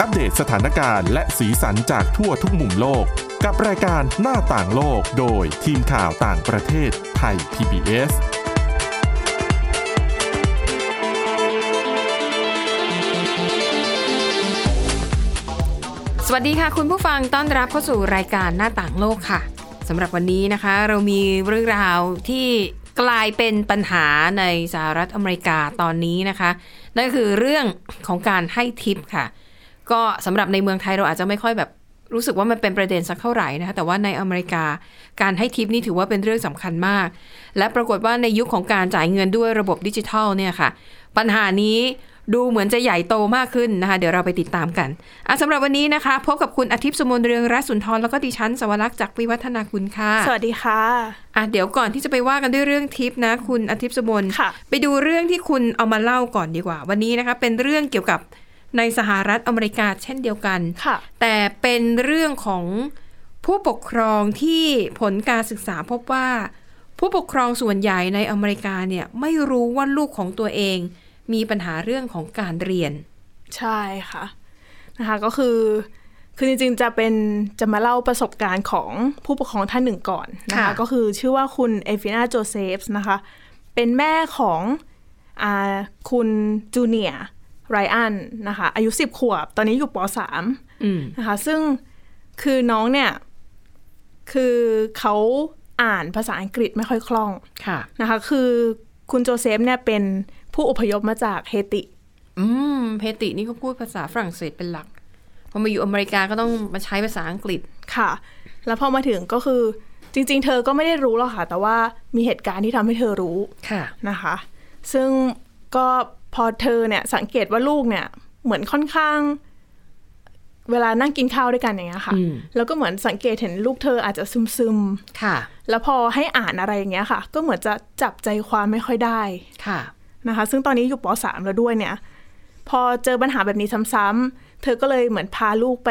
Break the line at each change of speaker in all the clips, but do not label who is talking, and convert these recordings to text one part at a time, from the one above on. อัปเดตสถานการณ์และสีสันจากทั่วทุกมุมโลก กับรายการหน้าต่างโลกโดยทีมข่าวต่างประเทศไทย PBS
สวัสดีค่ะ คุณผู้ฟังต้อนรับเข้าสู่รายการหน้าต่างโลกค่ะสำหรับวันนี้นะคะ เรามีเรื่องราวที่กลายเป็นปัญหาในสหรัฐอเมริกาตอนนี้นะคะ นั่นคือเรื่องของการให้ทิปค่ะ ก็สำหรับในเมืองไทยเราอาจจะไม่ค่อยแบบรู้สึกว่ามันเป็นประเด็นสักเท่าไหร่นะคะแต่ว่าในอเมริกาการให้ทิปนี่ถือว่าเป็นเรื่องสำคัญมาก และปรากฏว่าในยุคของการจ่ายเงินด้วยระบบดิจิทัลเนี่ยค่ะ ปัญหานี้ดูเหมือนจะใหญ่โตมากขึ้นนะคะ เดี๋ยวเราไปติดตามกันอ่ะสำหรับวันนี้นะคะ พบกับคุณอาทิตย์สมนเรืองรัศนทรแล้วก็ดิฉันสวรักษ์จากวิวัฒนาคุณค่ะ
สวัสดีค่ะ
อ่ะเดี๋ยวก่อนที่จะไปว่ากันด้วยเรื่องทิปนะ คุณอาทิตย์สมน
ค่ะ
ไปดูเรื่องที่คุณเอามาเล่าก่อนดีกว่า วันนี้นะคะเป็นเรื่องเกี่ยวกับในสหรัฐอเมริกาเช่นเดียวกัน
ค่ะ
แต่เป็นเรื่องของผู้ปกครองที่ผลการศึกษาพบว่า ผู้ปกครองส่วนใหญ่ในอเมริกาเนี่ยไม่รู้ว่าลูกของตัวเอง มีปัญหาเรื่องของการเรียน
ใช่ค่ะ นะคะ ก็คือ คือจริงๆ จะเป็น จะมาเล่าประสบการณ์ของผู้ปกครองท่านหนึ่งก่อนนะคะ
ค่ะ
ก็คือชื่อว่าคุณเอฟินาโจเซฟส์นะคะ เป็นแม่ของอาคุณจูเนียร์ไรอันนะคะ อายุ 10 ขวบ ตอนนี้อยู่ป .3
อืม
นะคะซึ่งคือน้องเนี่ย คือเขาอ่านภาษาอังกฤษไม่ค่อยคล่อง
ค่ะ
นะคะคือคุณโจเซฟเนี่ยเป็นผู้อพยพมาจากเฮติ
อืม เพตินี่เขาพูดภาษาฝรั่งเศสเป็นหลัก พอมาอยู่อเมริกาก็ต้องมาใช้ภาษาอังกฤษ
ค่ะ แล้วพอมาถึงก็คือจริงๆ เธอก็ไม่ได้รู้หรอกค่ะ แต่ว่ามีเหตุการณ์ที่ทำให้เธอรู้
ค่ะ
นะคะ ซึ่งก็พอเธอเนี่ยสังเกตว่าลูกเนี่ยเหมือนค่อนข้าง เวลานั่งกินข้าวด้วยกันอย่างเงี้ยค่ะ
อืม
แล้วก็เหมือนสังเกตเห็นลูกเธออาจจะซึม
ค่ะ
ๆ แล้วพอให้อ่านอะไรอย่างเงี้ยค่ะ ก็เหมือนจะจับใจความไม่ค่อยได้
ค่ะ
นะคะซึ่งตอนนี้อยู่ป .3 แล้วด้วยเนี่ย พอเจอปัญหาแบบนี้ซ้ำๆเธอก็เลยเหมือนพาลูกไป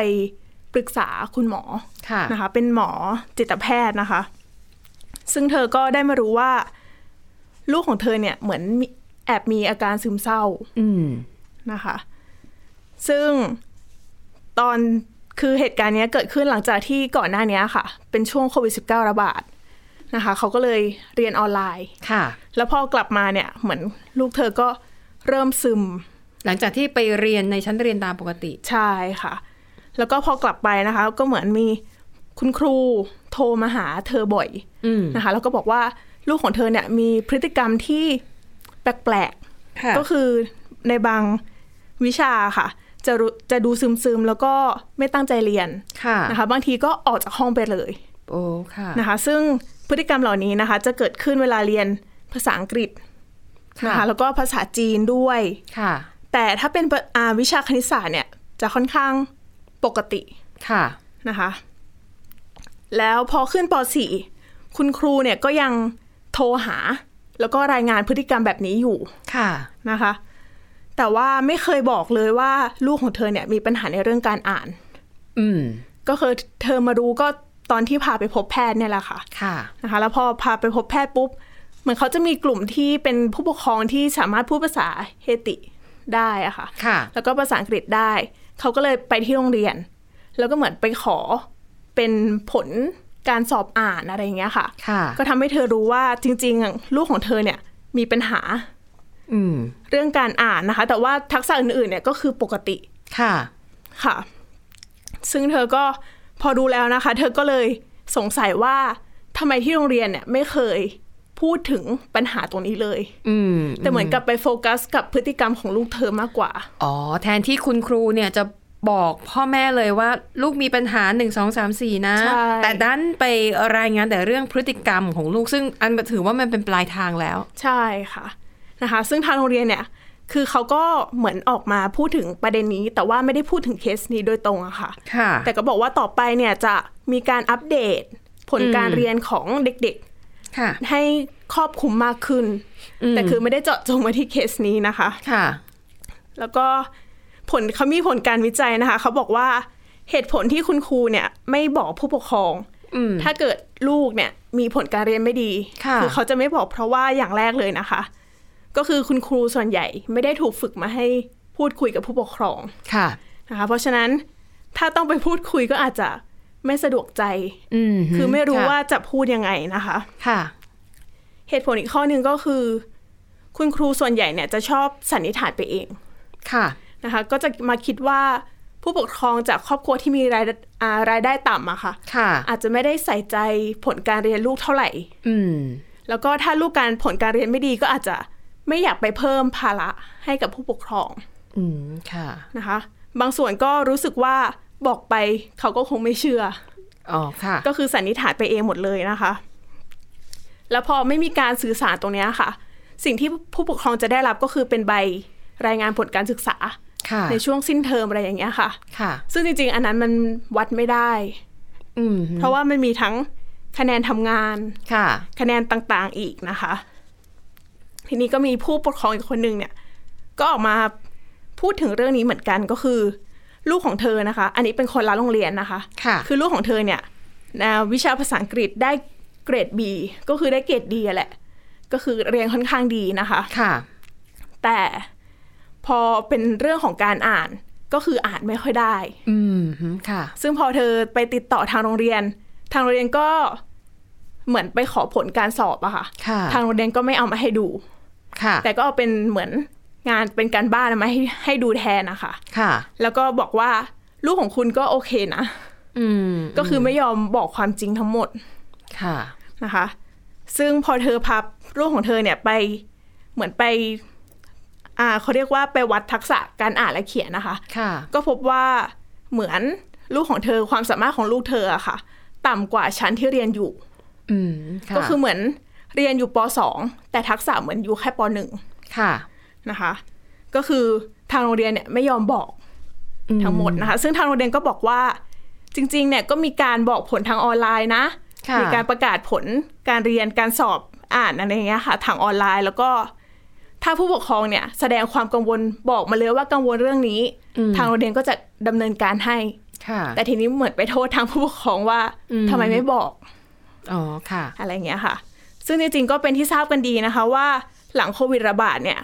ปรึกษาคุณหมอ
ค่ะ
นะคะ เป็นหมอจิตแพทย์นะคะ ซึ่งเธอก็ได้มารู้ว่า ลูกของเธอเนี่ยเหมือนมีแอบมีอาการซึมเศร้า
อืม
นะคะ ซึ่งตอนคือเหตุการณ์เนี้ยเกิดขึ้นหลังจากที่ก่อนหน้านี้ค่ะ เป็นช่วงโควิด -19 ระบาดนะคะเขาก็เลยเรียนออนไลน์
ค่ะ
แล้วพอกลับมาเนี่ยเหมือนลูกเธอก็เริ่มซึม
หลังจากที่ไปเรียนในชั้นเรียนตามปกติ
ใช่ค่ะ แล้วก็พอกลับไปนะคะ ก็เหมือนมีคุณครูโทรมาหาเธอบ่อย
อืม
นะคะ แล้วก็บอกว่าลูกของเธอเนี่ยมีพฤติกรรมที่แปลก
ค่ะ
ๆก็คือในบางวิชาค่ะ จะรู้จะดูซึมๆแล้วก็ไม่ตั้งใจเรียน
ค่ะ
นะคะ บางทีก็ออกจากห้องไปเลย
โอ้ ค่ะ
นะคะ ซึ่งพฤติกรรมเหล่านี้นะคะ จะเกิดขึ้นเวลาเรียนภาษาอังกฤษนะ
ค่ะ
คะ แล้วก็ภาษาจีนด้วย
ค่ะ
แต่ถ้าเป็นปอ่าวิชาคณิตศาสตร์เนี่ยจะค่อนข้างปกติ
ค่ะ
นะคะ แล้วพอขึ้นป .4 คุณครูเนี่ยก็ยังโทรหา แล้วก็รายงานพฤติกรรมแบบนี้อยู่
ค่ะ
นะคะ แต่ว่าไม่เคยบอกเลยว่าลูกของเธอเนี่ยมีปัญหาในเรื่องการอ่าน
อืม
ก็คือเธอมารู้ก็ตอนที่พาไปพบแพทย์เนี่ยแหละค่ะ
ค่ะ
นะคะแล้วพอพาไปพบแพทย์ปุ๊บ เหมือนเขาจะมีกลุ่มที่เป็นผู้ปกครองที่สามารถพูดภาษาเฮติได้อะค่ะ
ค่ะ
แล้วก็ภาษาอังกฤษได้ เขาก็เลยไปที่โรงเรียน แล้วก็เหมือนไปขอเป็นผลการสอบอ่านอะไรอย่างเงี้ยค่ะ
ค่ะ
ก็ทำให้เธอรู้ว่าจริงๆอ่ะลูกของเธอเนี่ยมีปัญหา
อืม
เรื่องการอ่านนะคะ แต่ว่าทักษะอื่นๆเนี่ยก็คือปกติ
ค่ะ
ค่ะ ซึ่งเธอก็พอดูแล้วนะคะ เธอก็เลยสงสัยว่าทำไมที่โรงเรียนเนี่ยไม่เคยพูดถึงปัญหาตรงนี้เลย
อืม
แต่เหมือนกับไปโฟกัสกับพฤติกรรมของลูกเธอมากกว่า
อ๋อ แทนที่คุณครูเนี่ยจะบอกพ่อแม่เลยว่า ลูกมีปัญหาหนึ่งสองสามสี่นะ
ใช่
แต่ดันไปรายงานแต่เรื่องพฤติกรรมของลูกซึ่งอันถือว่ามันเป็นปลายทางแล้ว
ใช่ค่ะนะคะ ซึ่งทางโรงเรียนเนี่ย คือเขาก็เหมือนออกมาพูดถึงประเด็นนี้ แต่ว่าไม่ได้พูดถึงเคสนี้โดยตรงอะค่ะ
ค่ะ
แต่ก็บอกว่าต่อไปเนี่ยจะมีการอัปเดต ผลการเรียนของเด็ก
ค่ะ
ๆ ให้ครอบคลุมมากขึ้น แต่คือไม่ได้เจาะจงมาที่เคสนี้นะคะ
ค่ะ
แล้วก็ผลเขามีผลการวิจัยนะคะ เขาบอกว่าเหตุผลที่คุณครูเนี่ยไม่บอกผู้ปกครอง
อืม
ถ้าเกิดลูกเนี่ยมีผลการเรียนไม่ดี
ค่ะ
เขาจะไม่บอกเพราะว่าอย่างแรกเลยนะคะ ก็คือคุณครูส่วนใหญ่ไม่ได้ถูกฝึกมาให้พูดคุยกับผู้ปกครอง
ค่ะ
นะคะเพราะฉะนั้นถ้าต้องไปพูดคุยก็อาจจะไม่สะดวกใจ
อืม
คือไม่รู้
ะ
ว่าจะพูดยังไงนะคะ
ค่ะ
เหตุผลอีกข้อหนึ่งก็คือ คุณครูส่วนใหญ่เนี่ยจะชอบสันนิษฐานไปเอง
ค่ะ
นะคะ ก็จะมาคิดว่าผู้ปกครองจากครอบครัวที่มีรายอ่ารายได้ต่ำอะค่ะ
ค่ะ
อาจจะไม่ได้ใส่ใจผลการเรียนลูกเท่าไหร่
อืม
แล้วก็ถ้าลูกการผลการเรียนไม่ดีก็อาจจะไม่อยากไปเพิ่มภาระให้กับผู้ปกครอง
อืม ค่ะ
นะคะ บางส่วนก็รู้สึกว่าบอกไปเขาก็คงไม่เชื่อ
อ๋อ ค่ะ
ก็คือสันนิษฐานไปเองหมดเลยนะคะ แล้วพอไม่มีการสื่อสารตรงเนี้ยค่ะ สิ่งที่ผู้ปกครองจะได้รับก็คือเป็นใบรายงานผลการศึกษา
ค่ะ
ในช่วงสิ้นเทอมอะไรอย่างเงี้ยค่ะ
ค่ะ
ซึ่งจริงๆ อันนั้นมันวัดไม่ได้
อืม
เพราะว่ามันมีทั้งคะแนนทำงาน
ค่ะ
คะแนนต่างๆอีกนะคะ ทีนี้ก็มีผู้ปกครองอีกคนหนึ่งเนี่ย ก็ออกมาพูดถึงเรื่องนี้เหมือนกันก็คือ ลูกของเธอนะคะ อันนี้เป็นคนละโรงเรียนนะคะ
ค่ะ
คือลูกของเธอเนี่ยนะวิชาภาษาอังกฤษได้เกรด B ก็คือได้เกรดดีแหละ ก็คือเรียนค่อนข้างดีนะคะ
ค่ะ
แต่พอเป็นเรื่องของการอ่านก็คืออ่านไม่ค่อยได้
อืม ค่ะ
ซึ่งพอเธอไปติดต่อทางโรงเรียน ทางโรงเรียนก็เหมือนไปขอผลการสอบอะค่ะ
ค่ะ
ทางโรงเรียนก็ไม่เอามาให้ดู
ค่ะ
แต่ก็เอาเป็นเหมือนงานเป็นการบ้านมาให้ให้ดูแทนนะคะ
ค่ะ
แล้วก็บอกว่าลูกของคุณก็โอเคนะ
อืม
ก็คือไม่ยอมบอกความจริงทั้งหมด
ค่ะ
นะคะ ซึ่งพอเธอพับรูปของเธอเนี่ยไปเหมือนไปอ่าเขาเรียกว่าไปวัดทักษะการอ่านและเขียนนะคะ
ค่ะ
ก็พบว่าเหมือนลูกของเธอความสามารถของลูกเธออะค่ะ ต่ำกว่าชั้นที่เรียนอยู่
อืม ค่ะ
ก็คือเหมือนเรียนอยู่ป .2 แต่ทักษะเหมือนอยู่แค่ป
ค่ะ
.1 นะคะ ก็คือทางโรงเรียนเนี่ยไม่ยอมบอก
อื
ทั้งหมดนะคะ ซึ่งทางโรงเรียนก็บอกว่าจริงๆเนี่ยก็มีการบอกผลทางออนไลน์นะ
ค่ะ
มีการประกาศผลการเรียนการสอบอ่านอะไรอย่างเงี้ยค่ะทางออนไลน์แล้วก็ ถ้าผู้ปกครองเนี่ย แสดงความกังวลบอกมาเลยว่ากังวลเรื่องนี้
อืม
ทางโรงเรียนก็จะดำเนินการให้
ค่ะ
แต่ทีนี้เหมือนไปโทษทางผู้ปกครองว่า
อืม
ทำไมไม่บอก
อ๋อ ค่ะ
อะไรอย่างเงี้ยค่ะ ซึ่งจริงๆก็เป็นที่ทราบกันดีนะคะว่าหลังโควิดระบาดเนี่ย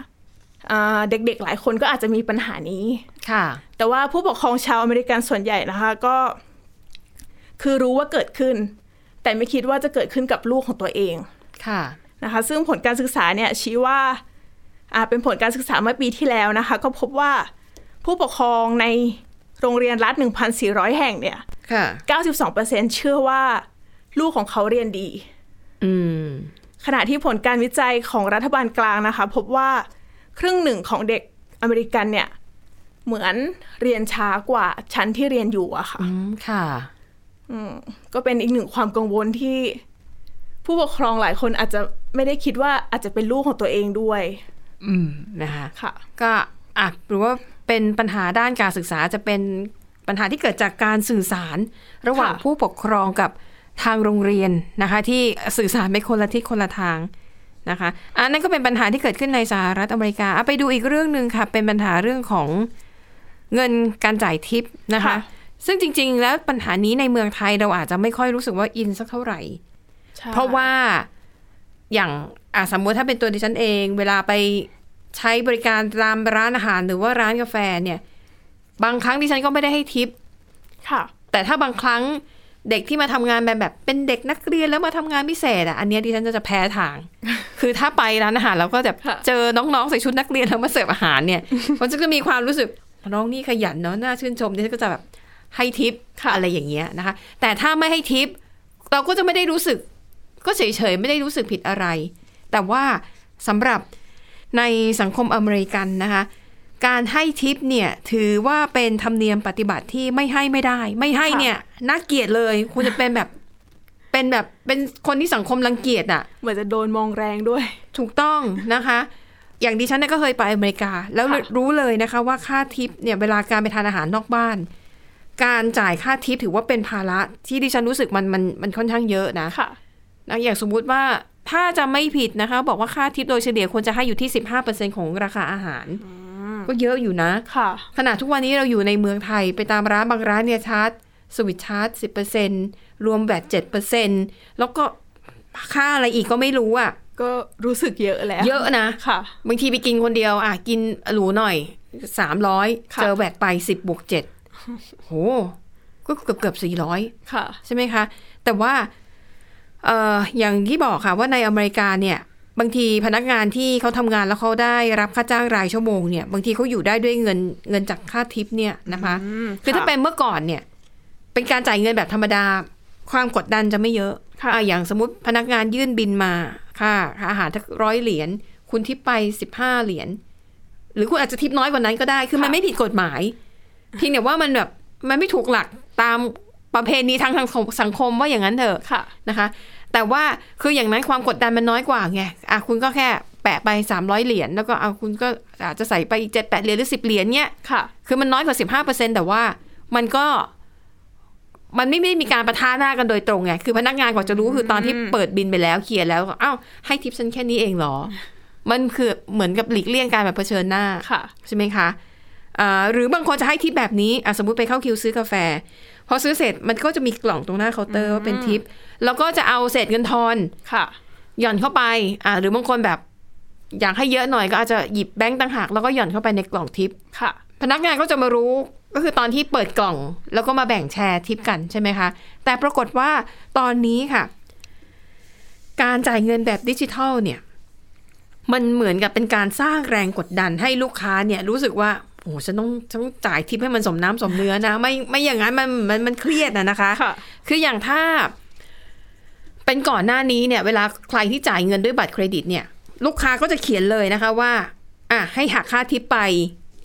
อ่าเด็กๆ หลายคนก็อาจจะมีปัญหานี้
ค่ะ
แต่ว่าผู้ปกครองชาวอเมริกันส่วนใหญ่นะคะ ก็ คือรู้ว่าเกิดขึ้น แต่ไม่คิดว่าจะเกิดขึ้นกับลูกของตัวเอง
ค่ะ
นะคะ ซึ่งผลการศึกษาเนี่ยชี้ว่าอ่า เป็นผลการศึกษาเมื่อปีที่แล้วนะคะ ก็พบว่าผู้ปกครองในโรงเรียนรัฐ 1,400 แห่งเนี่ย
ค่ะ
92%เชื่อว่าลูกของเขาเรียนดี
อืม
ขณะที่ผลการวิจัยของรัฐบาลกลางนะคะ พบว่าครึ่งหนึ่งของเด็กอเมริกันเนี่ย เหมือนเรียนช้ากว่าชั้นที่เรียนอยู่อะค่ะ
อืม ค่ะ
ก็เป็นอีกหนึ่งความกังวลที่ ผู้ปกครองหลายคนอาจจะไม่ได้คิดว่าอาจจะเป็นลูกของตัวเองด้วย
อืม นะคะ
ค่ะ
ก็อ่ะหรือว่าเป็นปัญหาด้านการศึกษาจะเป็นปัญหาที่เกิดจากการสื่อสาร ระหว่าง
ค่ะ
ผู้ปกครองกับทางโรงเรียนนะคะ ที่สื่อสารไปคนละทิศคนละทางนะคะอันนั้นก็เป็นปัญหาที่เกิดขึ้นในสหรัฐอเมริกาอ่ะไปดูอีกเรื่องหนึ่งค่ะ เป็นปัญหาเรื่องของเงินการจ่ายทิปนะคะ ซึ่งจริง ๆ แล้วปัญหานี้ในเมืองไทยเราอาจจะไม่ค่อยรู้สึกว่าอินสักเท่าไหร่
ใช่
เพราะว่าอย่างอ่ะสมมติถ้าเป็นตัวดิฉันเอง เวลาไปใช้บริการตามร้านอาหารหรือว่าร้านกาแฟเนี่ย บางครั้งดิฉันก็ไม่ได้ให้ทิป
ค่ะ
แต่ถ้าบางครั้งเด็กที่มาทำงานแบบแบบ เป็นเด็กนักเรียนแล้วมาทำงานพิเศษอ่ะอันเนี้ยดิฉันจะจะแพ้ทาง คือถ้าไปร้านอาหารแล้วก็จะ
ค่ะ
เจอน้องๆใส่ชุดนักเรียนแล้วมาเสิร์ฟอาหารเนี่ย มันจะมีความรู้สึกน้องนี่ขยันเนาะน่าชื่นชมดิฉันก็จะแบบให้ทิปอะไรอย่างเงี้ยนะคะ แต่ถ้าไม่ให้ทิป เราก็จะไม่ได้รู้สึก ก็เฉยๆไม่ได้รู้สึกผิดอะไร แต่ว่าสำหรับในสังคมอเมริกันนะคะ การให้ทิปเนี่ยถือว่าเป็นธรรมเนียมปฏิบัติที่ไม่ให้ไม่ได้ ไม่ให้เนี่ยน่าเกลียดเลย คุณจะเป็นแบบเป็นแบบเป็นคนที่สังคมรังเกียจอ่ะ
เหมือนจะโดนมองแรงด้วย
ถูกต้องนะคะ อย่างดิฉันเนี่ยก็เคยไปอเมริกา แล้ว
ค่ะ
รู้เลยนะคะว่าค่าทิปเนี่ยเวลาการไปทานอาหารนอกบ้าน การจ่ายค่าทิปถือว่าเป็นภาระที่ดิฉันรู้สึกมันมันมันค่อนข้างเยอะนะ
ค่ะ
นะอย่างสมมุติว่าถ้าจะไม่ผิดนะคะ บอกว่าค่าทิปโดยเฉลี่ยควรจะให้อยู่ที่ 15%ของราคาอาหาร ก็เยอะอยู่นะ
ค่ะ
ขณะทุกวันนี้เราอยู่ในเมืองไทยไปตามร้านบางร้านเนี่ยชาร์จสวิตช์ชาร์จ 10%รวมแบต7%แล้วก็ค่าอะไรอีกก็ไม่รู้อะ
ก็รู้สึกเยอะแล้ว
เยอะนะ
ค่ะ
บางทีไปกินคนเดียวอ่ะกินหรูหน่อย 300
ค่ะ
เจอแบตไป 10บวก โห ก็เกือบเกือบสี่ร้อย
ค่ะ
ใช่ไหมคะ แต่ว่าเอ่ออย่างที่บอกค่ะว่าในอเมริกาเนี่ย บางทีพนักงานที่เขาทำงานแล้วเขาได้รับค่าจ้างรายชั่วโมงเนี่ย บางทีเขาอยู่ได้ด้วยเงินเงินจากค่าทิปเนี่ยนะคะ
อืม
คือถ้า
ค่ะ
เป็นเมื่อก่อนเนี่ย เป็นการจ่ายเงินแบบธรรมดา ความกดดันจะไม่เยอะ
ค่ะ
อ่อย่างสมมติพนักงานยื่นบินมาค่ะค่าอาหารทักร้อยเหรียญคุณทิปไปสิบห้าเหรียญหรือคุณอาจจะทิปน้อยกว่านั้นก็ได้ คือมันไม่ผิดกฎหมายเพียงแต่ว่ามันแบบมันไม่ถูกหลักตามประเพณีทางสังคมว่าอย่างนั้นเถอะ
ค่ะ
นะคะแต่ว่าคืออย่างนั้นความกดดันมันน้อยกว่าไงอ่ะคุณก็แค่แปะไป 300 เหรียญแล้วก็เอาคุณก็อาจจะใส่ไปอีก7 8เหรียญหรือ 10 เหรียญเนี่ย
ค่ะ
คือมันน้อยกว่า 15%แต่ว่ามันก็มันไม่ได้มีการประทะหน้ากันโดยตรงไงคือพนักงานกว่าจะรู้คือตอนที่เปิดบินไปแล้วเคลียร์แล้วก็อ้าวให้ทิปฉันแค่นี้เองเหรอ มันคือเหมือนกับหลีกเลี่ยงการแบบเผชิญหน้า
ค่ะ
ใช่ไหมคะอ่าหรือบางคนจะให้ทิปแบบนี้อ่ะสมมติไปเข้าคิวซื้อกาแฟ พอซื้อเสร็จมันก็จะมีกล่องตรงหน้าเคาน์เตอร์ว่าเป็นทิป แล้วก็จะเอาเศษเงินทอน
ค่ะ
หย่อนเข้าไปอ่าหรือบางคนแบบอยากให้เยอะหน่อยก็อาจจะหยิบแบงค์ต่างหากแล้วก็หย่อนเข้าไปในกล่องทิป
ค่ะ
พนักงานก็จะมารู้ก็คือตอนที่เปิดกล่อง แล้วก็มาแบ่งแชร์ทิปกันใช่ไหมคะ แต่ปรากฏว่าตอนนี้ค่ะ การจ่ายเงินแบบดิจิทัลเนี่ย มันเหมือนกับเป็นการสร้างแรงกดดันให้ลูกค้าเนี่ย รู้สึกว่าโอ้โหฉันต้องฉันต้องจ่ายทิปให้มันสมน้ำสมเนื้อนะ ไม่ไม่อย่างนั้นมันมันมันเครียดนะนะคะ
ค่ะ
คืออย่างถ้าเป็นก่อนหน้านี้เนี่ย เวลาใครที่จ่ายเงินด้วยบัตรเครดิตเนี่ย ลูกค้าก็จะเขียนเลยนะคะว่า อ่ะให้หักค่าทิปไป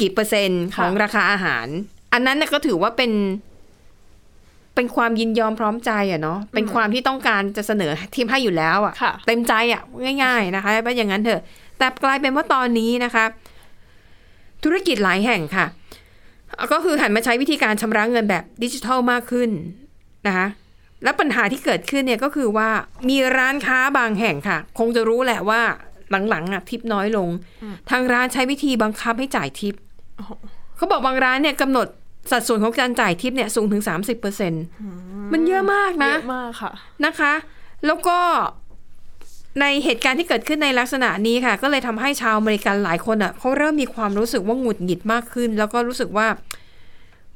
กี่เปอร์เซ็นต์ของ
ค่ะ
ราคาอาหาร อันนั้นน่ะก็ถือว่าเป็น เป็นความยินยอมพร้อมใจอะเนาะเป็นความที่ต้องการจะเสนอทิปให้อยู่แล้วอะ
ค่ะ
เต็มใจอ่ะ ง่าย ๆ นะคะว่าอย่างนั้นเถอะ แต่กลายเป็นว่าตอนนี้นะคะ ธุรกิจหลายแห่งค่ะ ก็คือหันมาใช้วิธีการชำระเงินแบบดิจิทัลมากขึ้นนะคะและปัญหาที่เกิดขึ้นเนี่ยก็คือว่ามีร้านค้าบางแห่งค่ะ คงจะรู้แหละว่าหลังๆอ่ะทิปน้อยลง ทางร้านใช้วิธีบังคับให้จ่ายทิป
โอ้โห
เขาบอกบางร้านเนี่ยกำหนดสัดส่วนของการจ่ายทิปเนี่ยสูงถึง 30%มันเยอะมากนะ
เยอะมากค่ะ
นะคะ แล้วก็ในเหตุการณ์ที่เกิดขึ้นในลักษณะนี้ค่ะ ก็เลยทำให้ชาวอเมริกันหลายคนอ่ะเขาเริ่มมีความรู้สึกว่าหงุดหงิดมากขึ้น แล้วก็รู้สึกว่า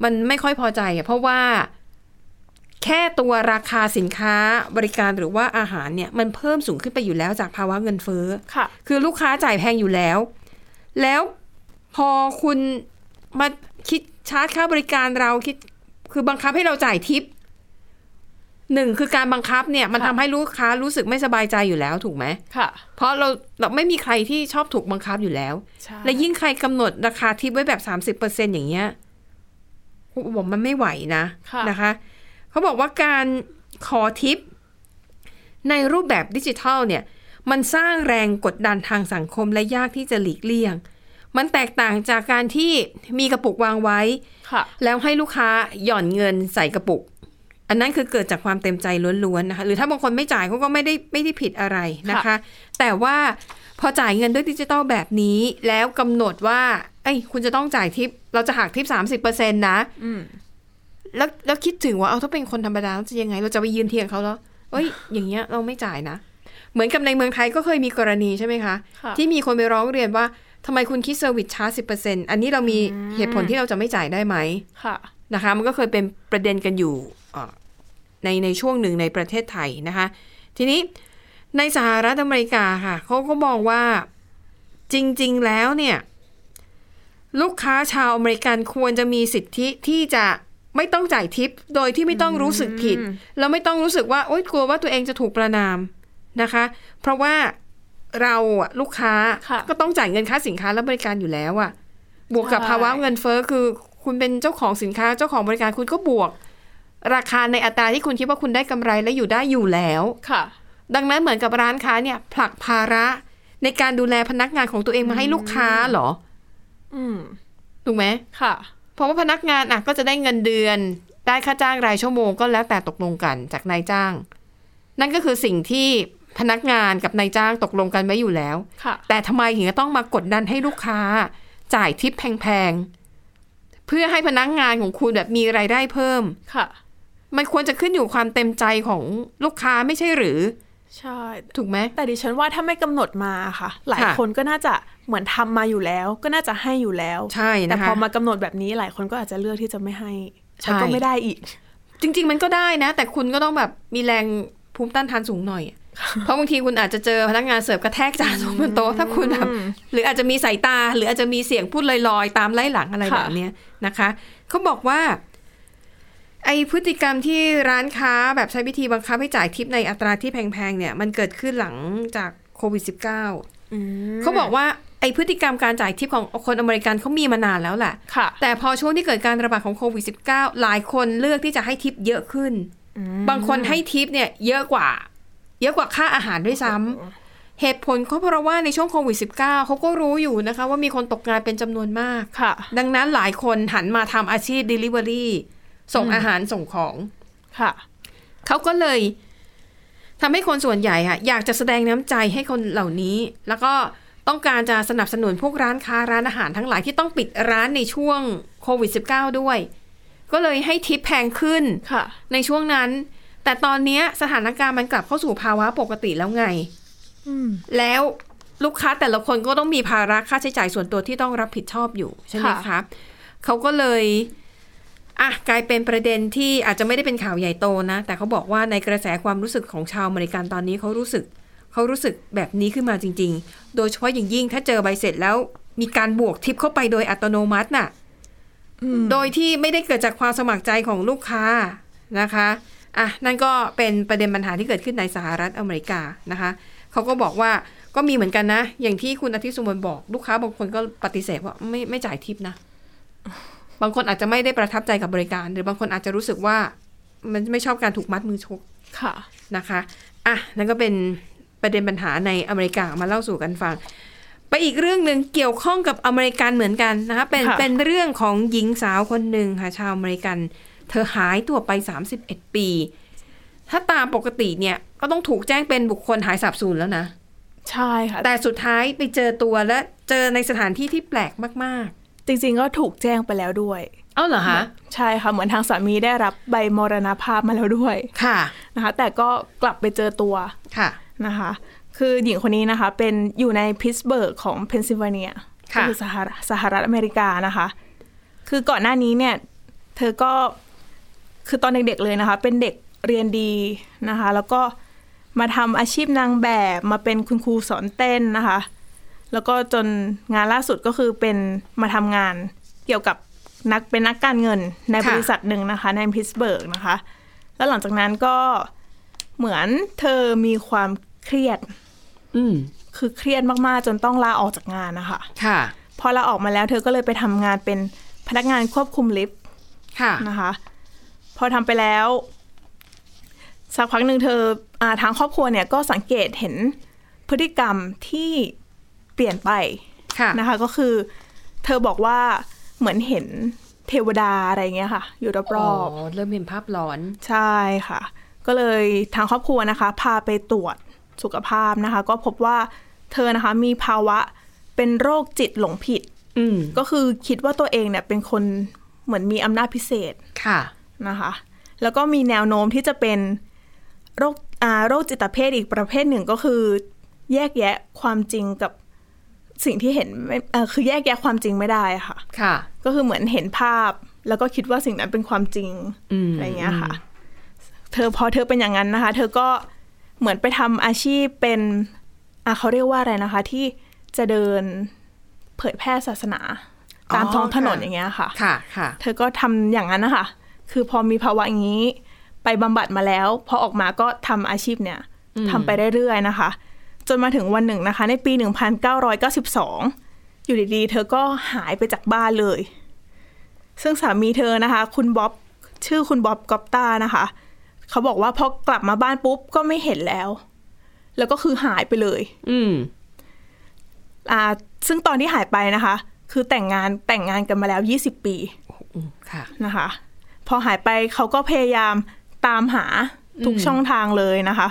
มันไม่ค่อยพอใจอ่ะเพราะว่าแค่ตัวราคาสินค้าบริการหรือว่าอาหารเนี่ย มันเพิ่มสูงขึ้นไปอยู่แล้วจากภาวะเงินเฟ้อ
ค่ะ
คือลูกค้าจ่ายแพงอยู่แล้ว แล้วพอคุณมาคิดชาร์จค่าบริการเราคิด คือบังคับให้เราจ่ายทิปหนึ่งคือการบังคับเนี่ย มันทำ
ค่ะ
ให้ลูกค้ารู้สึกไม่สบายใจอยู่แล้วถูกไหม
ค่ะ
เพราะเราเราไม่มีใครที่ชอบถูกบังคับอยู่แล้ว
ใช่
และยิ่งใครกำหนดราคาทิปไว้แบบสามสิบเปอร์เซ็นอย่างเงี้ยผมมันไม่ไหวนะ
ค่ะ
นะคะ เขาบอกว่าการขอทิป ในรูปแบบดิจิทัลเนี่ย มันสร้างแรงกดดันทางสังคมและยากที่จะหลีกเลี่ยง มันแตกต่างจากการที่มีกระปุกวางไว้
ค่ะ
แล้วให้ลูกค้าหย่อนเงินใส่กระปุก อันนั้นคือเกิดจากความเต็มใจล้วนๆนะคะ หรือถ้าบางคนไม่จ่ายเขาก็ไม่ได้ไม่ได้ผิดอะไรนะคะ แต่ว่าพอจ่ายเงินด้วยดิจิตอลแบบนี้แล้วกำหนดว่า เอ้ย คุณจะต้องจ่ายทิป เราจะหักทิปสามสิบเปอร์เซ็นต์นะ
อืม
แล้วแล้วคิดถึงว่าเอาถ้าเป็นคนธรรมดาจะยังไง เราจะไปยืนเทียงเขาแล้วเอ้ย อย่างเงี้ยเราไม่จ่ายนะ เหมือนกับในเมืองไทยก็เคยมีกรณีใช่ไหมคะ
ค่ะ
ที่มีคนไปร้องเรียนว่าทำไมคุณคิดเซอร์วิสช้าสิบเปอร์เซ็นต์อันนี้เรามีเหตุผลที่เราจะไม่จ่ายได้ไหม
ค่ะ
นะคะมันก็เคยเป็นประเด็นกันอยู่เอ่อในในช่วงหนึ่งในประเทศไทยนะคะ ทีนี้ในสหรัฐอเมริกาค่ะเขาก็มองว่าจริง ๆ แล้วเนี่ย ลูกค้าชาวอเมริกันควรจะมีสิทธิที่จะไม่ต้องจ่ายทิป โดยที่ไม่ต้องรู้สึกผิด แล้วไม่ต้องรู้สึกว่า โอ๊ยกลัวว่าตัวเองจะถูกประนามนะคะ เพราะว่าเราอะลูกค้า
ค่ะ
ก็ต้องจ่ายเงินค่าสินค้าและบริการอยู่แล้วอะ บวกกับ
ใช่
ภาวะเงินเฟ้อคือคุณเป็นเจ้าของสินค้าเจ้าของบริการคุณก็บวก ราคาในอัตราที่คุณคิดว่าคุณได้กำไรและอยู่ได้อยู่แล้ว
ค่ะ
ดังนั้นเหมือนกับร้านค้าเนี่ย ผลักภาระในการดูแลพนักงานของตัวเองมาให้ลูกค้าเหรอ
อืม
ถูกไหม
ค่ะ
เพราะว่าพนักงานอ่ะก็จะได้เงินเดือน ได้ค่าจ้างรายชั่วโมงก็แล้วแต่ตกลงกันจากนายจ้าง นั่นก็คือสิ่งที่พนักงานกับนายจ้างตกลงกันไว้อยู่แล้ว
ค่ะ
แต่ทำไมถึงจะต้องมากดดันให้ลูกค้า จ่ายทิปแพงๆ เพื่อให้พนักงานของคุณแบบมีรายได้เพิ่ม
ค่ะ
มันควรจะขึ้นอยู่ความเต็มใจของลูกค้าไม่ใช่หรือ
ใช่
ถูกไหม
แต่ดิฉันว่าถ้าไม่กำหนดมาค่ะ หลาย
ค่ะ
คนก็น่าจะเหมือนทำมาอยู่แล้ว ก็น่าจะให้อยู่แล้ว
ใช่นะคะ
แต่พอมากำหนดแบบนี้หลายคนก็อาจจะเลือกที่จะไม่ให้
ใช่
แล้วก็ไม่ได้อีก
จริง ๆ มันก็ได้นะ แต่คุณก็ต้องแบบมีแรงภูมิต้านทานสูงหน่อย เพราะบางทีคุณอาจจะเจอพนักงานเสิร์ฟกระแทกจานลงบนโต๊ะถ้าคุณแบบหรืออาจจะมีสายตา หรืออาจจะมีเสียงพูดลอยๆ ตามไล่หลังอะไร
ค่ะ
แบบเนี้ยนะคะเขาบอกว่า ไอพฤติกรรมที่ร้านค้าแบบใช้วิธีบังคับให้จ่ายทิปในอัตราที่แพงๆเนี่ย มันเกิดขึ้นหลังจากโควิด -19 เขาบอกว่าไอพฤติกรรมการจ่ายทิปของคนอเมริกันเขามีมานานแล้วแหละ
ค่ะ
แต่พอช่วงที่เกิดการระบาดของโควิด -19 หลายคนเลือกที่จะให้ทิปเยอะขึ้น บางคนให้ทิปเนี่ยเยอะกว่า เยอะกว่าค่าอาหารด้วยซ้ำเหตุผลก็เพราะว่าในช่วงโควิด -19 เขาก็รู้อยู่นะคะ ว่ามีคนตกงานเป็นจำนวนมาก
ค่ะ
ดังนั้นหลายคนหันมาทำอาชีพ Delivery ส่งอาหารส่งของ
ค่ะ
เขาก็เลยทำให้คนส่วนใหญ่ค่ะอยากจะแสดงน้ำใจให้คนเหล่านี้ แล้วก็ต้องการจะสนับสนุนพวกร้านค้าร้านอาหารทั้งหลายที่ต้องปิดร้านในช่วงโควิด -19 ด้วย ก็เลยให้ทิปแพงขึ้น
ค่ะ
ในช่วงนั้น แต่ตอนเนี้ยสถานการณ์มันกลับเข้าสู่ภาวะปกติแล้วไง
อืม
แล้วลูกค้าแต่ละคนก็ต้องมีภาระค่าใช้จ่ายส่วนตัวที่ต้องรับผิดชอบอยู่ ใช่ไหม
ค่ะ
คะเขาก็เลยอ่ะกลายเป็นประเด็นที่อาจจะไม่ได้เป็นข่าวใหญ่โตนะ แต่เขาบอกว่าในกระแสความรู้สึกของชาวอเมริกันตอนนี้เขารู้สึกเขารู้สึกแบบนี้ขึ้นมาจริง ๆ โดยเฉพาะอย่างยิ่งถ้าเจอใบเสร็จแล้วมีการบวกทิปเข้าไปโดยอัตโนมัติน่ะ โดยที่ไม่ได้เกิดจากความสมัครใจของลูกค้านะคะอ่ะนั่นก็เป็นประเด็นปัญหาที่เกิดขึ้นในสหรัฐอเมริกานะคะเขาก็บอกว่าก็มีเหมือนกันนะ อย่างที่คุณอาทิตย์สุวรรณบอกลูกค้าบางคนก็ปฏิเสธว่าไม่ไม่จ่ายทิปนะ บางคนอาจจะไม่ได้ประทับใจกับบริการ หรือบางคนอาจจะรู้สึกว่ามันไม่ชอบการถูกมัดมือชก
ค่ะ
นะคะอ่ะนั่นก็เป็นประเด็นปัญหาในอเมริกามาเล่าสู่กันฟัง ไปอีกเรื่องหนึ่งเกี่ยวข้องกับอเมริกันเหมือนกันนะคะเป็น
ค่ะ
เป็นเรื่องของหญิงสาวคนหนึ่งค่ะชาวอเมริกัน เธอหายตัวไป 31 ปี ถ้าตามปกติเนี่ยก็ต้องถูกแจ้งเป็นบุคคลหายสับสูญแล้วนะ
ใช่ค่ะ
แต่สุดท้ายไปเจอตัวและเจอในสถานที่ที่แปลกมาก
จริงๆก็ถูกแจ้งไปแล้วด้วย
ๆ เอ้าเหรอคะ
ใช่ค่ะ เหมือนทางสามีได้รับใบมรณภาพมาแล้วด้วย
ค่ะ
นะคะ แต่ก็กลับไปเจอตัว
ค่ะ
นะคะ คือหญิงคนนี้นะคะ เป็นอยู่ในพิตสเบิร์กของเพนซิลเวเนีย
ค่ะ
ก็คือสหรัฐสหรัฐอเมริกานะคะ คือก่อนหน้านี้เนี่ย เธอก็คือตอนเด็กๆเลยนะคะ เป็นเด็กเรียนดีนะคะ แล้วก็มาทำอาชีพนางแบบมาเป็นคุณครูสอนเต้นนะคะ แล้วก็จนงานล่าสุดก็คือเป็นมาทำงานเกี่ยวกับนักเป็นนักการเงินใน
ค่ะ
บริษัทหนึ่งนะคะ ในพิตสเบิร์กนะคะ แล้วหลังจากนั้นก็เหมือนเธอมีความเครียด
อืม
คือเครียดมากๆ จนต้องลาออกจากงานนะคะ
ค่ะ
พอลาออกมาแล้วเธอก็เลยไปทำงานเป็นพนักงานควบคุมลิฟต์
ค่ะ
นะคะพอทำไปแล้ว สักพักหนึ่งเธออาทางครอบครัวเนี่ยก็สังเกตเห็นพฤติกรรมที่เปลี่ยนไป
ค่ะ
นะคะก็คือ เธอบอกว่าเหมือนเห็นเทวดาอะไรเงี้ยค่ะ อยู่ร
อ๋อ
อบ
เริ่มเห็นภาพหลอน
ๆใช่ค่ะ ก็เลยทางครอบครัวนะคะ พาไปตรวจสุขภาพนะคะ ก็พบว่าเธอนะคะมีภาวะเป็นโรคจิตหลงผิด
อืม
ก็คือคิดว่าตัวเองเนี่ยเป็นคนเหมือนมีอำนาจพิเศษ
ค่ะ
นะคะแล้วก็มีแนวโน้มที่จะเป็นโรคอ่าโรคจิตเภทอีกประเภทหนึ่งก็คือแยกแยะความจริงกับสิ่งที่เห็นไม่เอ่อคือแยกแยะความจริงไม่ได้อะค่ะ
ค่ะ
ก็คือเหมือนเห็นภาพ แล้วก็คิดว่าสิ่งนั้นเป็นความจริง
อืม
ไรเงี้ยค่ะ เธอพอเธอเป็นอย่างนั้นนะคะ เธอก็เหมือนไปทำอาชีพเป็นอ่ะเขาเรียกว่าอะไรนะคะ ที่จะเดินเผยแพร่ศาสนา ตามท้องถนนอย่างเงี้ยค่ะ
ค่ะ ค่ะ
เธอก็ทำอย่างนั้นนะคะ คือพอมีภาวะอย่างนี้ ไปบำบัดมาแล้ว พอออกมาก็ทำอาชีพเนี่ยทำไปเรื่อยๆนะคะ จนมาถึงวันหนึ่งนะคะ ในปี 1992 อยู่ดีๆ เธอก็หายไปจากบ้านเลย ซึ่งสามีเธอนะคะ คุณบ๊อบ ชื่อคุณบ๊อบกอบตานะคะ เขาบอกว่าพอกลับมาบ้านปุ๊บก็ไม่เห็นแล้ว แล้วก็คือหายไปเลย
อืม
อ่า ซึ่งตอนที่หายไปนะคะ คือแต่งงานแต่งงานกันมาแล้ว 20 ปี
ค่ะ
นะคะ พอหายไปเขาก็พยายามตามหาทุกช่องทางเลยนะคะ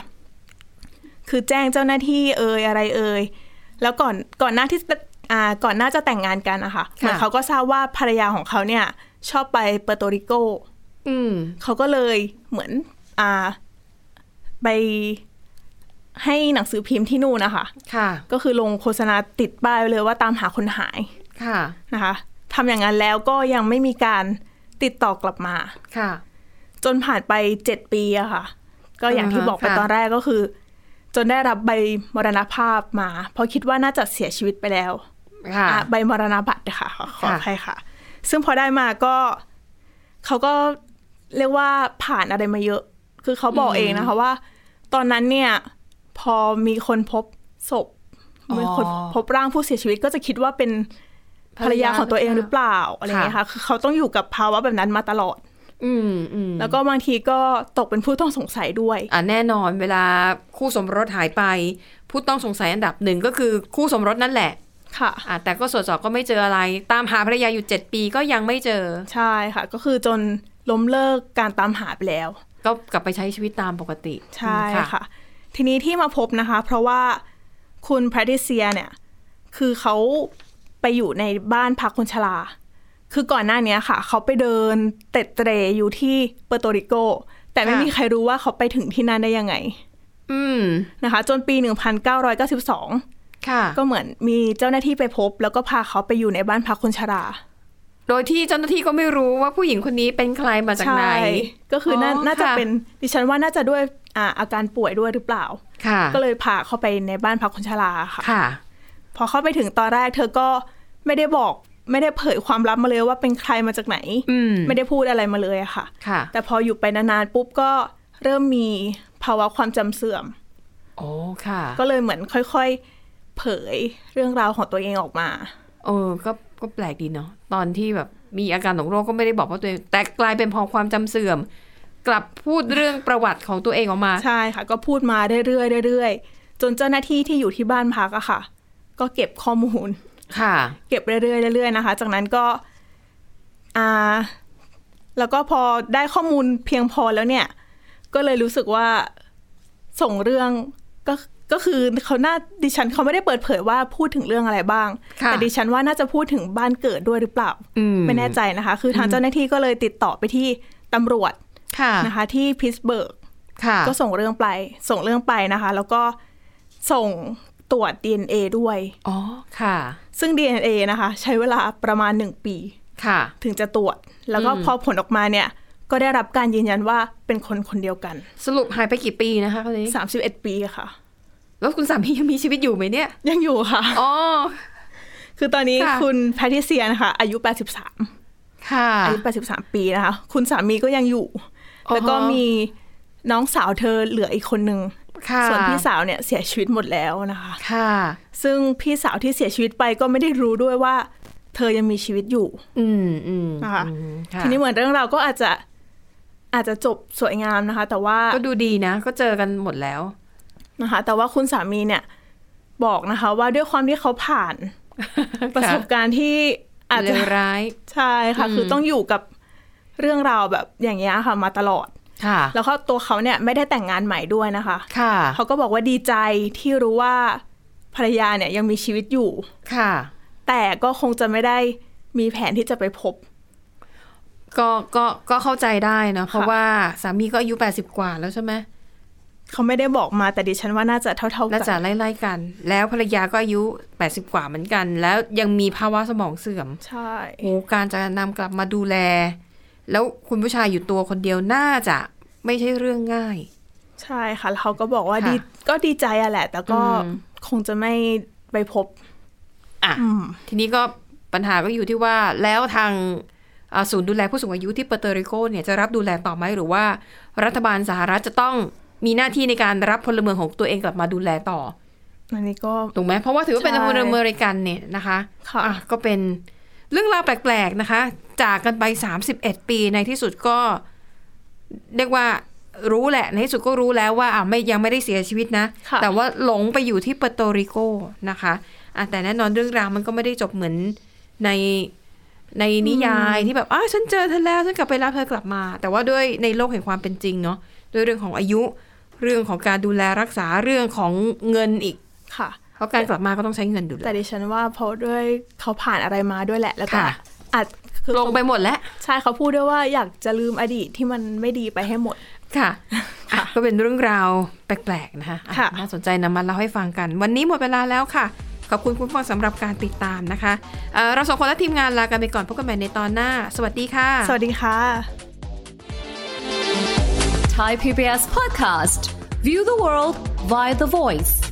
คือแจ้งเจ้าหน้าที่เอ่ยอะไรเอ่ยแล้วก่อนก่อนหน้าที่จะอ่าก่อนหน้าจะแต่งงานกันนะคะเหมือนเขาก็ทราบว่าภรรยาของเขาเนี่ย ชอบไปเปอร์โตริโก
อืม
เขาก็เลยเหมือนอ่าไป ให้หนังสือพิมพ์ที่นู่นนะคะ
ค่ะ
ก็คือลงโฆษณาติดป้ายไว้เลยว่าตามหาคนหาย
ค่ะ
นะคะทำอย่างนั้นแล้วก็ยังไม่มีการติดต่อกลับมา
ค่ะ
จนผ่านไปเจ็ดปีอะค่ะ ก็อย่างที่
อ่าฮะ
บอกไป
ค่ะ
ตอนแรกก็คือ จนได้รับใบมรณภาพมา เพราะคิดว่าน่าจะเสียชีวิตไปแล้ว
ค่ะ
อ่ะใบมรณบัตรค่ะขอขอ
ค่ะ
อภัยค่ะ ซึ่งพอได้มาก็เขาก็เรียกว่าผ่านอะไรมาเยอะ คือเขาบอกเองนะคะว่า ตอนนั้นเนี่ย พอมีคนพบศพมีคนพบร่างผู้เสียชีวิตก็จะคิดว่าเป็นภรรยาของตัวเองหรือเปล่าอะไรอย่างเงี้ยค่ะคือเขาต้องอยู่กับภาวะแบบนั้นมาตลอด
อืมอืม
แล้วก็บางทีก็ตกเป็นผู้ต้องสงสัยด้วย
อ่ะแน่นอนเวลาคู่สมรสหายไป ผู้ต้องสงสัยอันดับหนึ่งก็คือคู่สมรสนั่นแหละ
ค่ะ
อ่ะแต่ก็สวดสอบก็ไม่เจออะไร ตามหาภรรยาอยู่ 7 ปีก็ยังไม่เจอ
ใช่ค่ะ ก็คือจนล้มเลิกการตามหาไปแล้ว
ก็กลับไปใช้ชีวิตตามปกติ
ใช่
อืม
ค่ะ ทีนี้ที่มาพบนะคะ เพราะว่าคุณแพทริเซียเนี่ย คือเขาไปอยู่ในบ้านพักคนชรา คือก่อนหน้าเนี้ยค่ะ เขาไปเดินเตะเตรอยู่ที่เปอร์โตริโก แต่ไม่มีใครรู้ว่าเขาไปถึงที่นั่นได้ยังไง
อืม
นะคะ จนปี 1992
ค่ะ
ก็เหมือนมีเจ้าหน้าที่ไปพบ แล้วก็พาเขาไปอยู่ในบ้านพักคนชรา
โดยที่เจ้าหน้าที่ก็ไม่รู้ว่าผู้หญิงคนนี้เป็นใครมาจากไหน
ก็คือน่า
อ๋อ
น่าจะ
ค่ะ
เป็นดิฉันว่าน่าจะด้วยอาอาการป่วยด้วยหรือเปล่า
ค่ะ
ก็เลยพาเขาไปในบ้านพักคนชราค่ะ
ค่ะ
พอเข้าไปถึงตอนแรกเธอก็ไม่ได้บอกไม่ได้เผยความลับมาเลยว่าเป็นใครมาจากไหน
อืม
ไม่ได้พูดอะไรมาเลยอะค่ะ
ค่ะ
แต่พออยู่ไปนานๆปุ๊บก็เริ่มมีภาวะความจำเสื่อม
โอ้ค่ะ
ก็เลยเหมือนค่อยๆ เผยเรื่องราวของตัวเองออกมา
เออ ก็ ก็แปลกดีเนาะ ตอนที่แบบมีอาการของโรคก็ไม่ได้บอกว่าตัวเอง แต่กลายเป็นพอความจำเสื่อม กลับพูดเรื่องประวัติของตัวเองออกมา
ใช่ค่ะ ก็พูดมาเรื่อยๆเรื่อยๆจนเจ้าหน้าที่ที่อยู่ที่บ้านพักอะค่ะ ก็เก็บข้อมูล
ค่ะ
เก็บเรื่อยๆเรื่อยๆนะคะ จากนั้นก็อ่าแล้วก็พอได้ข้อมูลเพียงพอแล้วเนี่ย ก็เลยรู้สึกว่าส่งเรื่องก็ก็คือเขาน่าดิฉันเขาไม่ได้เปิดเผยว่าพูดถึงเรื่องอะไรบ้าง
ค่ะ
แต่ดิฉันว่าน่าจะพูดถึงบ้านเกิดด้วยหรือเปล่า
อืม
ไม่แน่ใจนะคะ คือทางเจ้าหน้าที่ก็เลยติดต่อไปที่ตำรวจ
ค่ะ
นะคะ ที่พิตสเบิร์ก
ค่ะ
ก็ส่งเรื่องไป ส่งเรื่องไปนะคะ แล้วก็ส่งตรวจ DNA ด้วย
อ๋อ ค่ะ
ซึ่ง DNA นะคะ ใช้เวลาประมาณ 1 ปี
ค่ะ
ถึงจะตรวจ แล้วก็พอผลออกมาเนี่ย ก็ได้รับการยืนยันว่าเป็นคนคนเดียวกัน
สรุปหายไปกี่ปีนะคะคนนี้
31 ปีค่ะ
แล้วคุณสามียังมีชีวิตอยู่ไหมเนี่ย
ยังอยู่ค่ะ
อ๋อ
คือตอนนี้
ค่ะ
คุณแพทิเซียนะคะอายุ 83
ค่ะ
อายุ 83 ปีนะคะ คุณสามีก็ยังอยู่
อ๋อฮะ
แล้วก็มีน้องสาวเธอเหลืออีกคนนึง
ค่ะ
ส่วนพี่สาวเนี่ยเสียชีวิตหมดแล้วนะคะ
ค่ะ
ซึ่งพี่สาวที่เสียชีวิตไปก็ไม่ได้รู้ด้วยว่า เธอยังมีชีวิตอยู่
อืมอืม
นะคะ
อืมค่ะ
ทีนี้เหมือนเรื่องราวก็อาจจะอาจจะจบสวยงามนะคะ แต่ว่า
ก็ดูดีนะ ก็เจอกันหมดแล้ว
นะคะแต่ว่าคุณสามีเนี่ยบอกนะคะว่าด้วยความที่เขาผ่านประสบการณ์ที่อาจ
เล
จะ
วร้าย
ใช่ค่ะ
อืม
คือต้องอยู่กับเรื่องราวแบบอย่างเงี้ยค่ะมาตลอด
ค่ะ
แล้วก็ตัวเขาเนี่ยไม่ได้แต่งงานใหม่ด้วยนะคะ
ค่ะ
เขาก็บอกว่าดีใจที่รู้ว่าภรรยาเนี่ยยังมีชีวิตอยู่
ค่ะ
แต่ก็คงจะไม่ได้มีแผนที่จะไปพบ
ก็ก็ก็เข้าใจได้เนอะ
ค่ะ
เพราะว่าสามีก็อายุ 80 กว่าแล้วใช่ไหม
เขาไม่ได้บอกมาแต่ดิฉันว่าน่าจะเท่าๆ
น่า
กั
จะ
น
ไล่ๆกัน แล้วภรรยาก็อายุ 80 กว่าเหมือนกัน แล้วยังมีภาวะสมองเสื่อม
ใช่
โอ้การจะนำกลับมาดูแล แล้วคุณผู้ชายอยู่ตัวคนเดียวน่าจะไม่ใช่เรื่องง่าย
ใช่ค่ะแล้วเขาก็บอกว่า
ค่ะ
ดีก็ดีใจอะแหละ แต่ก็
อืม
คงจะไม่ไปพบ
อ่ะ
อืม
ทีนี้ก็ปัญหาก็อยู่ที่ว่าแล้วทางอ่าศูนย์ดูแลผู้สูงอายุที่เปอร์โตริโกเนี่ยจะรับดูแลต่อไหมหรือว่า รัฐบาลสหรัฐจะต้องมีหน้าที่ในการรับพลเมืองของตัวเองกลับมาดูแลต่อ
อันนี้ก็
ถูกไหมเพราะว่าถือว่าเป็น
ใช่
พลเมืองอเมริกันเนี่ยนะคะ
ค่ะ
อ่ก็เป็นเรื่องราวแปลกๆนะคะ จากกันไป 31 ปีในที่สุดก็ เรียกว่ารู้แหละ ในที่สุดก็รู้แล้วว่าอ่ะไม่ยังไม่ได้เสียชีวิตนะ
ค่ะ
แต่ว่าหลงไปอยู่ที่เปอร์โตริโกนะคะอ่ะแต่แน่นอนเรื่องราวมันก็ไม่ได้จบเหมือนในในนิยายที่แบบอ้าวฉันเจอเธอแล้วฉันกลับไปรับเธอกลับมา แต่ว่าด้วยในโลกแห่งความเป็นจริงเนาะด้วยเรื่องของอายุเรื่องของการดูแลรักษาเรื่องของเงินอีก
ค่ะ
เพราะการกลับมาก็ต้องใช้เงินดูแล
แต่ดิฉันว่าเพราะด้วยเขาผ่านอะไรมาด้วยแหละแล้วก็
ค่ะ
อาจ คือ
ลงไปหมดแล้ว
ใช่เขาพูดด้วยว่าอยากจะลืมอดีตที่มันไม่ดีไปให้หมด
ค่ะอ่ะ ก็เป็นเรื่องราวแปลกๆนะคะอ่ะ
ค่ะ
น่าสนใจนำมาเล่าให้ฟังกัน วันนี้หมดเวลาแล้วค่ะ ขอบคุณคุณผู้ฟังสำหรับการติดตามนะคะเอ่อเราสองคนและทีมงานลากันไปก่อนพบกันใหม่ในตอนหน้า สวัสดีค่ะ
สวัสดีค่ะ
Thai PBS podcast. View the world via the voice.